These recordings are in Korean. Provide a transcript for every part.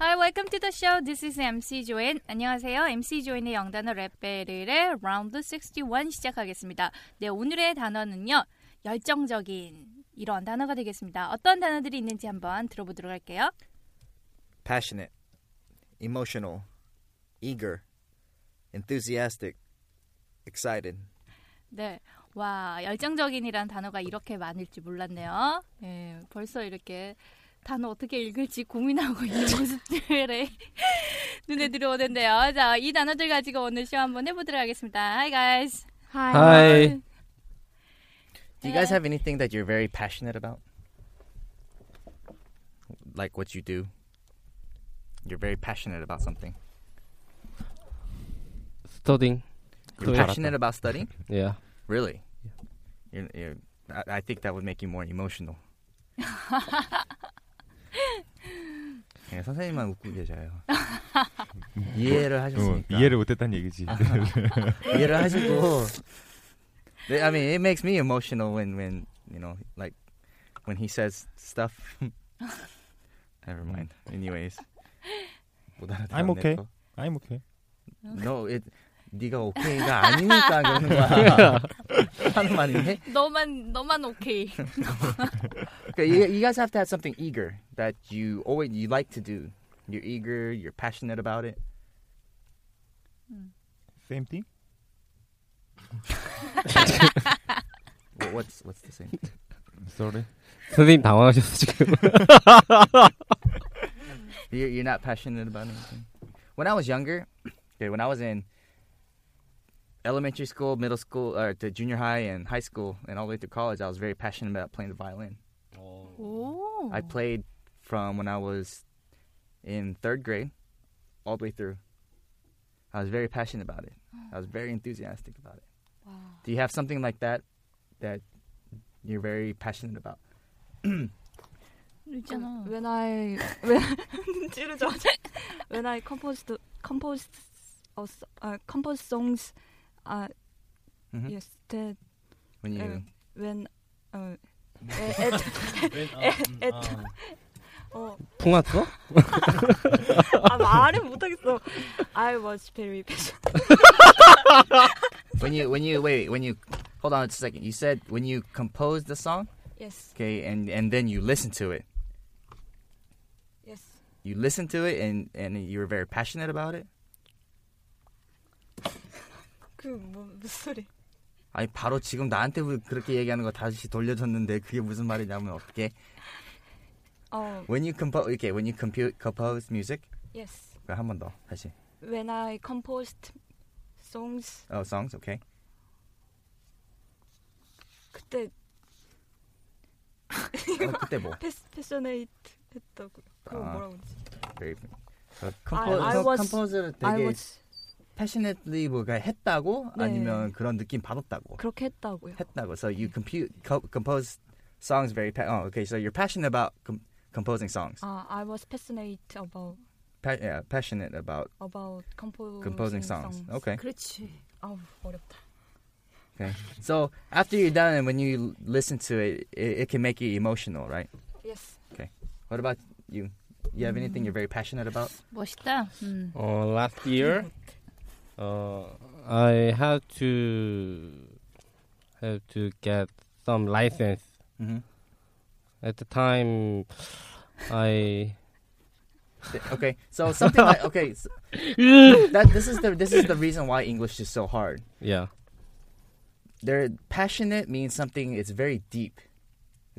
Hi, welcome to the show. This is MC Join. 안녕하세요. MC Join의 영단어 랩벨의 라운드 61 시작하겠습니다. 네, 오늘의 단어는요. 열정적인 이런 단어가 되겠습니다. 어떤 단어들이 있는지 한번 들어보도록 할게요. passionate, emotional, eager, enthusiastic, excited. 네. 와, 열정적인이란 단어가 이렇게 많을지 몰랐네요. 예, 벌써 이렇게 단어 어떻게 읽을지 고민하고 있는 모습들에 눈에 들어오는데요. 자, 이 단어들 가지고 오늘 쇼 한번 해보도록 하겠습니다. Hi, guys. Hi. Do you guys have anything that you're very passionate about? Like what you do? You're very passionate about something. Studying. You're Correct. passionate about studying? Yeah. Really? You're, you're, I, I think that would make you more emotional. 예, 선생님만 웃고 계셔요. 이해를 하셨습니까? 이해를 못했다는 아, 얘기지. 이해를 하시고. 네, I mean, it makes me emotional when when you know like when he says stuff. Never mind. Anyways. 못 알아들었네, I'm okay. 또. I'm okay. No, it. 네가 오케이가 아니니까 그러는 거야. 하는 말인데. 너만 너만 오케이. Okay, you, you guys have to have something eager that you always you like to do. You're eager. You're passionate about it. Same thing? What- What's what's the same? Sorry. 선생님 당황하셨어 지금. You're, you're not passionate about anything. When I was younger, okay, when I was in elementary school, middle school, or the junior high and high school, and all the way through college, I was very passionate about playing the violin. 오. I played from when I was in third grade all the way through. I was very passionate about it. I was very enthusiastic about it. Do you have something like that that you're very passionate about? 있잖아. When I when 음. 찌르죠. when I composed composed a s- uh, composed songs, uh, Mhm. yes, that When you uh, when 음. uh, at, at, 아, at, 어, 풍았어? 아 말을 못하겠어. I was very patient. when you when you wait when you hold on just a second. You said when you composed the song. Yes, Okay, and and then you listen to it. yes. You listen to it, and and you were very passionate about it. 그뭐 무슨 소리? 아니 바로 지금 나한테 왜 그렇게 얘기하는 거 다시 돌려줬는데 그게 무슨 말이냐면 어떻게? 어, When you compose, okay, when you compute compose music. yes. 한번 더 다시. When I composed songs, Oh, songs, okay. 그때 어, 그때 뭐? 패스 패셔네이트 했다고. 그거 아. 뭐라고 그러지? Very. I- I was- 컴포즈를 I 되게 was passionately 뭐가 했다고 네. 아니면 그런 느낌 받았다고. 그렇게 했다고요. 했다고. So you compute co- compose songs very. Pa- oh, okay. So you're passionate about com- composing songs. Uh, I was passionate about Pa- yeah, passionate about about composing, composing songs. Okay. 그렇지. 아우 어렵다. Okay. So after you're done and when you l- listen to it, it, it can make you emotional, right? Yes. What about you? You have anything you're very passionate about? 멋있다. 음. 어, last year, 어, I had to have to get some license Mm-hmm. At the time, I Okay, so something like okay, s that this is the this is the reason why English is so hard. yeah They're passionate means something it's very deep.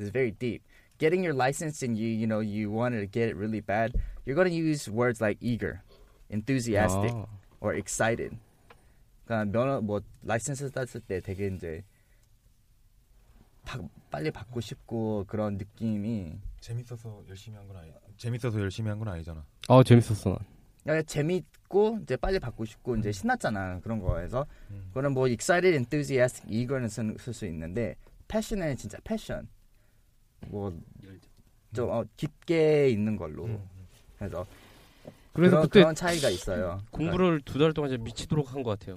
It's very deep. Getting your license and you you know you wanted to get it really bad, you're going to use words like eager, enthusiastic, 아, or excited. 그러니까 면허 뭐 라이센스 땄을 때 되게 이제 바, 빨리 받고 싶고 그런 느낌이 재밌어서 열심히 한 건 아니. 재밌어서 열심히 한 건 아니잖아. 어 재밌었어 난. 그냥 재밌고 이제 빨리 받고 싶고 이제 신났잖아 그런 거에서 음. 그거는 뭐 excited, enthusiastic, eager는 쓸수 있는데 passion은 진짜 패션 뭐좀 어, 깊게 있는 걸로 그래서 그래서 그런, 그때 그런 차이가 있어요. 그러니까. 공부를 두 달 동안 진짜 미치도록 한 것 같아요.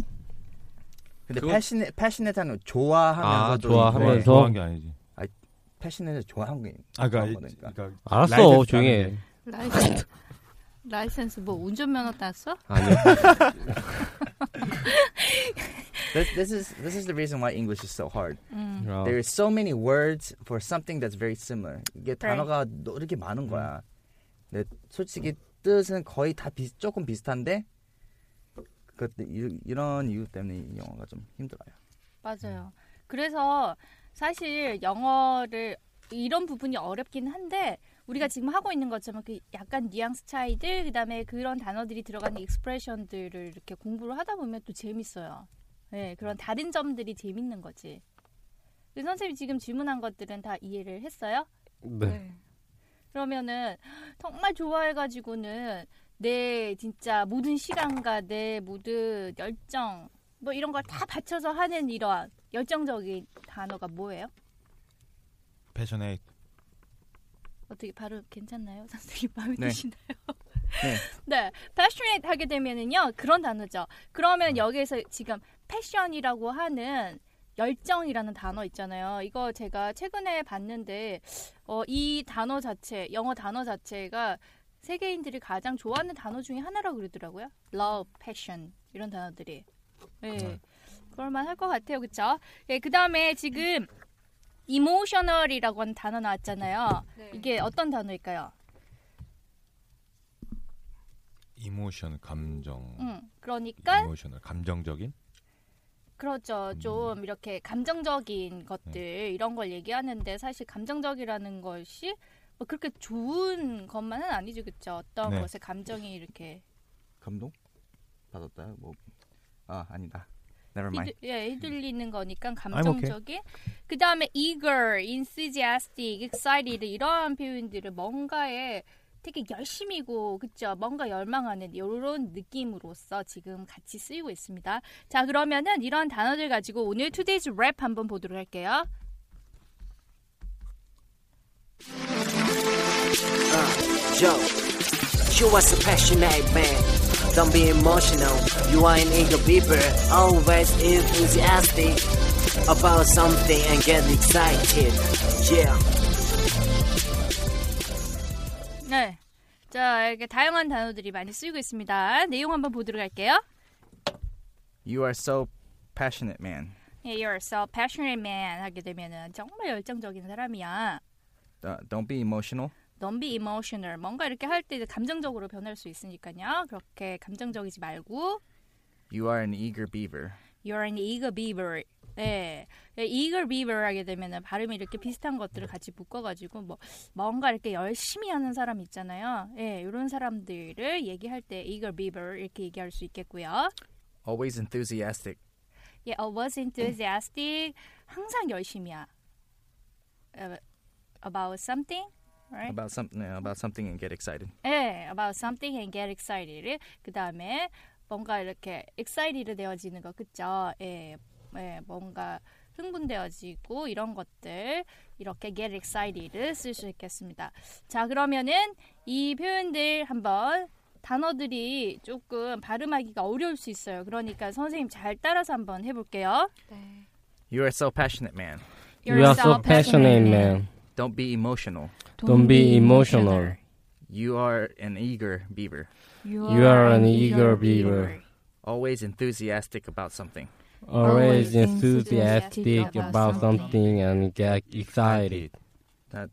근데 그거- passionate, passionate하는 거 좋아하면서 아, 좋아하면서. 네, 좋아한 게 아니지. 네, passionate를 좋아하는 게 아, 그런 그러니까, 이- 거니까. 그러니까 알았어 라이센스 조용히 해. 따는데. 라이센스 라이센스 뭐 운전면허 땄어? 아니야. this, this is this is the reason why English is so hard. 음. 아, There is so many words for something that's very similar. 이게 Right. 단어가 너- 이렇게 많은 거야. 근데 솔직히 뜻은 거의 다 비, 조금 비슷한데 그 이- 이런 이유 때문에 이 영어가 좀 힘들어요. 맞아요. 그래서 사실 영어를 이런 부분이 어렵긴 한데 우리가 지금 하고 있는 것처럼 그 약간 뉘앙스 차이들 그다음에 그런 단어들이 들어가는 익스프레션들을 이렇게 공부를 하다 보면 또 재밌어요. 네, 그런 다른 점들이 재밌는 거지. 근데 선생님이 지금 질문한 것들은 다 이해를 했어요? 네. 그러면은 정말 좋아해가지고는 내 진짜 모든 시간과 내 모든 열정 뭐 이런 걸 다 바쳐서 하는 이러한 열정적인 단어가 뭐예요? 패션에 어떻게 발음 괜찮나요? 선생님 마음에 네. 드시나요? 네. 네, passionate 하게 되면은요 그런 단어죠. 음. 그러면 여기에서 지금 패션이라고 하는 열정이라는 단어 있잖아요. 이거 제가 최근에 봤는데 어, 이 단어 자체, 영어 단어 자체가 세계인들이 가장 좋아하는 단어 중에 하나라고 그러더라고요. love, passion 이런 단어들이. 네, 그럴만 할 것 같아요, 그렇죠? 예, 그 다음에 지금 emotional이라고 하는 단어 나왔잖아요. 이게 어떤 단어일까요? 이모션 감정. 음, 그러니까 이모셔널 감정적인 음. 그렇죠. 좀 이렇게 네. 감정적인 것들 이런 걸 얘기하는데 사실 감정적이라는 것이 뭐 그렇게 좋은 것만은 아니죠, 그렇죠? 어떤 네. 것에 감정이 이렇게 감동 받았다요? 뭐아 아니다. Never mind. 휘둘- 예, 휘둘리는 거니까 I'm okay. 감정적인. 그 다음에 eager, enthusiastic, excited 이러한 표현들을 뭔가에 되게 열심이고 그쵸 뭔가 열망하는 이런 느낌으로서 지금 같이 쓰이고 있습니다. 자 그러면은 이런 단어들 가지고 오늘 today's rap 한번 보도록 할게요. Yo, you was a passionate man. Don't be emotional. You are an eager beaver. Always enthusiastic about something and get excited. Yeah. 네. 자 이렇게 다양한 단어들이 많이 쓰이고 있습니다. 내용 한번 보도록 할게요. You are so passionate, man. Yeah, you're so passionate man 하게 되면은 정말 열정적인 사람이야. Uh, don't be emotional. Don't be emotional. 뭔가 이렇게 할 때 감정적으로 변할 수 있으니까요. 그렇게 감정적이지 말고 You are an eager beaver. You're an eager beaver. 네, 네, eager beaver 하게 되면 발음이 이렇게 비슷한 것들을 같이 묶어가지고 뭐 뭔가 이렇게 열심히 하는 사람 있잖아요. 예, 이런 사람들을 얘기할 때 eager beaver 이렇게 얘기할 수 있겠고요. Always enthusiastic. 예, always enthusiastic. 항상 열심이야. Uh, About something, right? About something about something and get excited. 예, about something and get excited. 그 다음에 뭔가 이렇게 excited 되어지는 거, 그쵸? 예, 예, 뭔가 흥분되어지고 이런 것들 이렇게 get excited 쓸 수 있겠습니다. 자, 그러면은 이 표현들 한번 단어들이 조금 발음하기가 어려울 수 있어요. 그러니까 선생님 잘 따라서 한번 해볼게요. You are so passionate, man. You are so passionate, man. Don't be emotional. Don't be emotional. You are an eager beaver, You are an eager beaver. always enthusiastic about something. Always enthusiastic about something and get excited. 다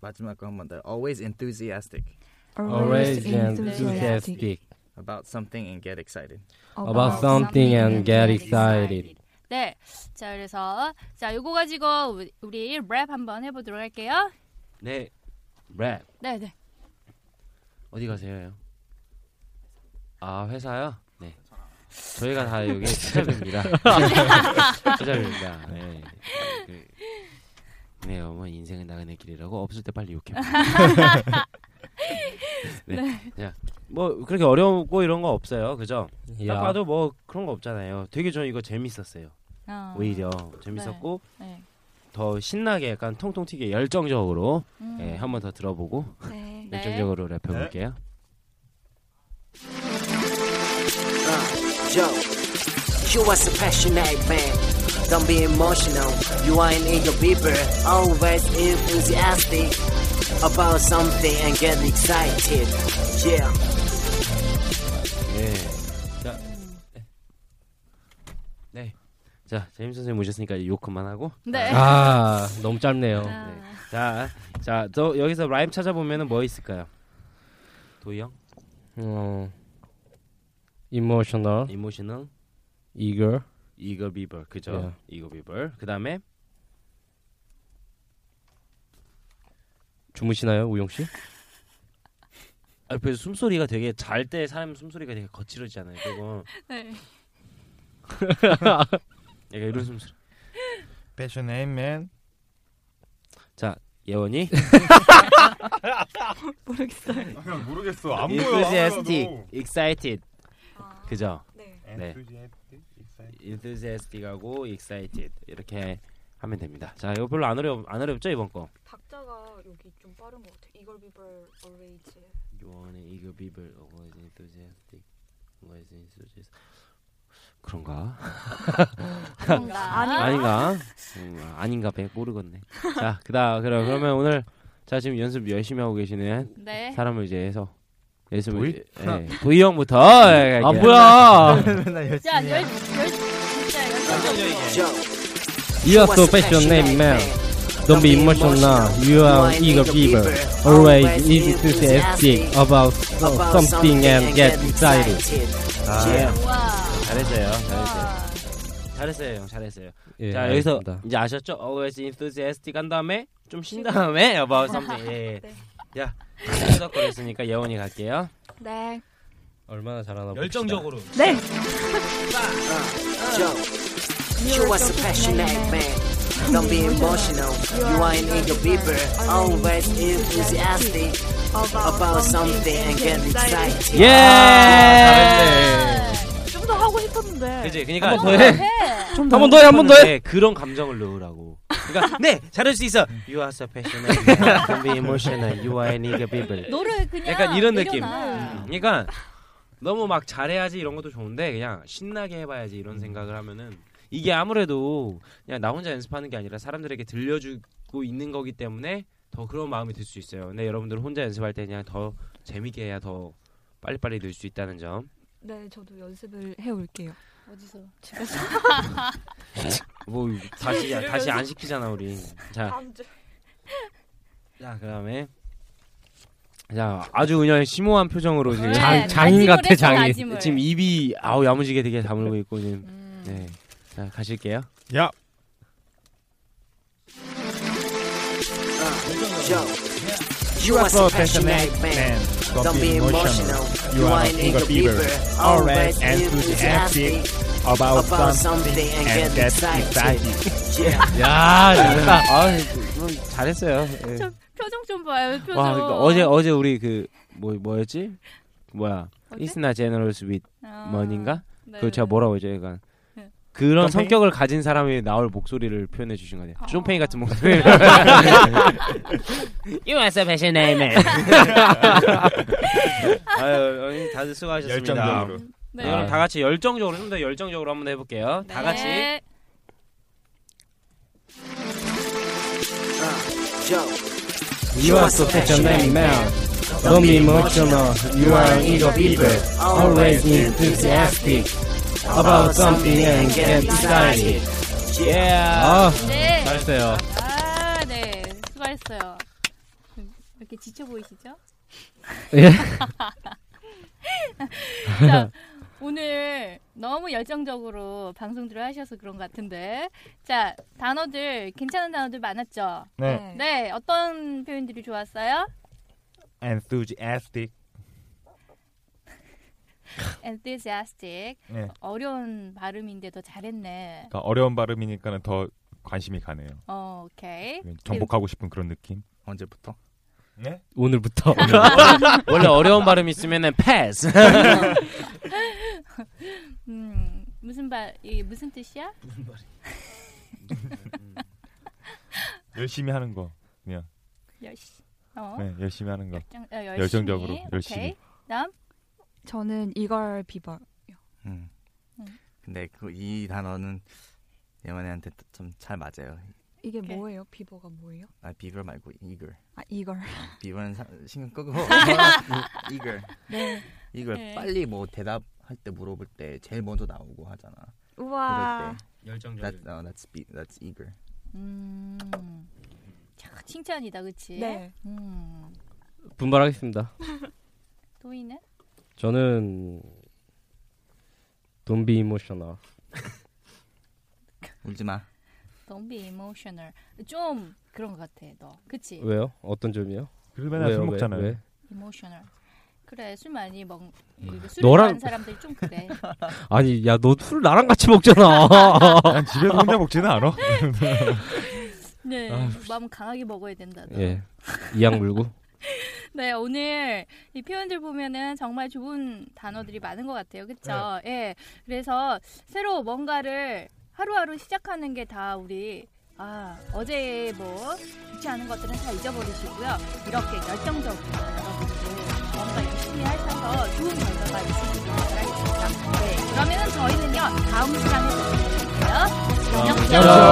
마지막 거 한 번 더. Always enthusiastic Always enthusiastic about something and get excited. about something and get excited. 네. 자, 그래서 자, 요거 가지고 우리- 우리 랩 한번 해 보도록 할게요. 네, 랩 네, 네. 어디 가세요? 아 회사요? 네. 저희가 다 여기 투잡입니다. 투잡입니다. 네. 그, 네, 어머 인생은 나그네 길이라고 없을 때 빨리 욕해. 네. 네. 자, 뭐 그렇게 어려운거 이런 거 없어요, 그죠? 야. 딱 봐도 뭐 그런 거 없잖아요. 되게 저는 이거 재밌었어요. 어. 오히려 재밌었고 네, 네. 더 신나게 약간 통통 튀게 열정적으로 음. 예, 한 번 더 들어보고 네. 열정적으로 랩해 볼게요. Joe, you was a passionate man. Don't be emotional. You are an eager beaver. Always enthusiastic about something and get excited. Yeah. 네. 자. 네. 자, 제임 선생님 모셨으니까 욕 그만하고. 네. 아 너무 짧네요. 네. 자, 자, 저 여기서 라임 찾아보면은 뭐 있을까요? 도희 형, 어, emotional, 이모셔널, eager, 이거 비버, 그죠? 네. 예. 이거 비버. 그다음에 주무시나요, 우영 씨? 앞에 아, 숨소리가 되게 잘 때 사람 숨소리가 되게 거칠어지잖아요. 그리고 네. 약간 예. 이런 숨소리. passionate man. 자, 예원이 모르겠어요. 그냥 모르겠어. 안 보여. enthusiastic, excited. 그죠? 네. 네. enthusiastic, excited. enthusiastic하고 excited 이렇게 하면 됩니다. 자, 이거 별로 안 어려 안 어렵죠 이번 거. 박자가 여기 좀 빠른 것 같아. 이걸 비벌 always. 요한의 어, 뭐 이거 비블 always enthusiastic, always enthusiastic. 그런가? 그런가? 아닌가? 음, 아닌가? 배 모르겠네. 자, 그다 그럼 그러면 오늘 자 지금 연습 열심히 하고 계시는 네. 사람을 이제 해서 연습을 도희? 이제- 예, 도희 형부터 예. 아 뭐야? 자, 열, 열, 진짜 열정적으로. Joe, You are so passionate, man. Don't be emotional. You are eager giver. Always enthusiastic about so- Oh, something and get excited. 와. 잘했어요. 잘했어요. 와. 잘했어요, 형. 잘했어요. 예, 자 여기서 알겠습니다. 이제 아셨죠? always enthusiastic 한 다음에 좀 쉰 다음에 about something. 예. 네. 예. 야, 끄덕거렸으니까 예원이 갈게요. 네. 얼마나 잘하나 봅시다. 네. Joe, you was a passionate man. Don't be emotional. You are an eager beaver. Always enthusiastic about something and get excited. 예. 아, 좀 더 하고 싶었는데. 그지? 그러니까 한번더 해. 좀더 네, 한번더 해, 한번더 해. 그런 감정을 넣으라고. 그러니까 네, 잘할 수 있어. You are so passionate. Don't be emotional. You are an eager people. 노래 그냥 약간 이런 느낌. 내려놔. 음, 그러니까 너무 막 잘해야지 이런 것도 좋은데 그냥 신나게 해봐야지 이런 생각을 하면은 이게 아무래도 그냥 나 혼자 연습하는 게 아니라 사람들에게 들려주고 있는 거기 때문에 더 그런 마음이 들 수 있어요. 근데 여러분들 혼자 연습할 때 그냥 더 재밌게 해야 더 빨리빨리 늘 수 있다는 점. 네, 저도 연습을 해 올게요. 어디서? 뭐 다시 다시 안 시키잖아 우리. 자. 다음 주. 자 그다음에 자 아주 그냥 심오한 표정으로 지금 네, 장- 장인 나침을 같아, 했어, 장인. 나침을. 지금 입이 아우 야무지게 되게 다물고 있고 지금 음. 네자 가실게요 야, Joe, you was a passionate man. Don't be emotional. You are an eager beaver. Always enthusiastic about about something and get excited. Yeah. 야, 잘했다. 아 잘했어요 예. 저 표정 좀 봐요. 표정. 와 그러니까 어제 어제 우리 그 뭐 뭐였지 뭐야 어제? 이스나 제너럴스 윗 아, 머니인가 네, 그걸 제가 네. 뭐라고 이제 약간 네. 그런 점팽이? 성격을 가진 사람이 나올 목소리를 표현해 주신 거네요. 아. 쇼팽이 같은 목소리. You are so passionate man. 아유, 형님 다들 수고하셨습니다. 열정적으로. 네. 그럼 다 같이 열정적으로 좀 더 열정적으로 한번 해볼게요. 다 같이. 네. Joe, You are so passionate, man. Don't be emotional. You are an eager giver. Always enthusiastic about something and get excited. Yeah. 아, 네. 잘했어요. 아, 네. 수고했어요. 이렇게 지쳐 보이시죠? 예. 자, 오늘 너무 열정적으로 방송들을 하셔서 그런 것 같은데, 자 단어들 괜찮은 단어들 많았죠? 네. 네, 어떤 표현들이 좋았어요? enthusiastic. enthusiastic. 네. 어려운 발음인데 더 잘했네. 그러니까 어려운 발음이니까는 더 관심이 가네요. 어, 오케이. 네. 정복하고 싶은 그런 느낌. 언제부터? 네? 오늘부터. 원래 어려운 발음 있으면은 패스. 음, 무슨 발, 이게 무슨 뜻이야? 무슨 발이? 열심히 하는 거. 그냥. 열시. 어. 네, 열심히 하는 거. 열정, 어, 열심히. 열정적으로 열심히. 오케이. 다음. 저는 이걸 비버. 음. 음. 근데 그, 이 단어는 예만이한테 좀 잘 맞아요. 이게 뭐예요? 비버가 뭐예요? 아 비글 말고 eager. 아 이걸. 비글은 사, 신경 끄고 eager. 네. eager 네. 빨리 뭐 대답할 때 물어볼 때 제일 먼저 나오고 하잖아. 그러니까. 우와. 열정적으로. That, no, that's be, that's eager. 음. 참 칭찬이다, 그치? 네. 음. 분발하겠습니다. 도희는? 저는 Don't be emotional. 울지 마. Don't be emotional. 좀 그런 것 같아, 너. 그치? 왜요? 어떤 점이요? 그러면 술 먹잖아요. emotional. 그래, 술 많이 먹, 술 너랑- 많은 사람들이 좀 그래. 아니 야 너 술 나랑 같이 먹잖아. 난 집에서 혼자 먹지는 않아. 네, 아, 마음 강하게 먹어야 된다. 너. 예. 이양 물고. 네, 오늘 이 표현들 보면은 정말 좋은 단어들이 많은 것 같아요. 그쵸? 예. 그래서 새로 뭔가를 하루하루 시작하는 게 다 우리, 아, 어제 뭐, 좋지 않은 것들은 다 잊어버리시고요. 이렇게 열정적으로 여러분들 뭔가 열심히 하셔서 좋은 결과가 있으시길 바라겠습니다. 네, 그러면은 저희는요, 다음 시간에 뵙도록 할게요. 안녕. 안녕.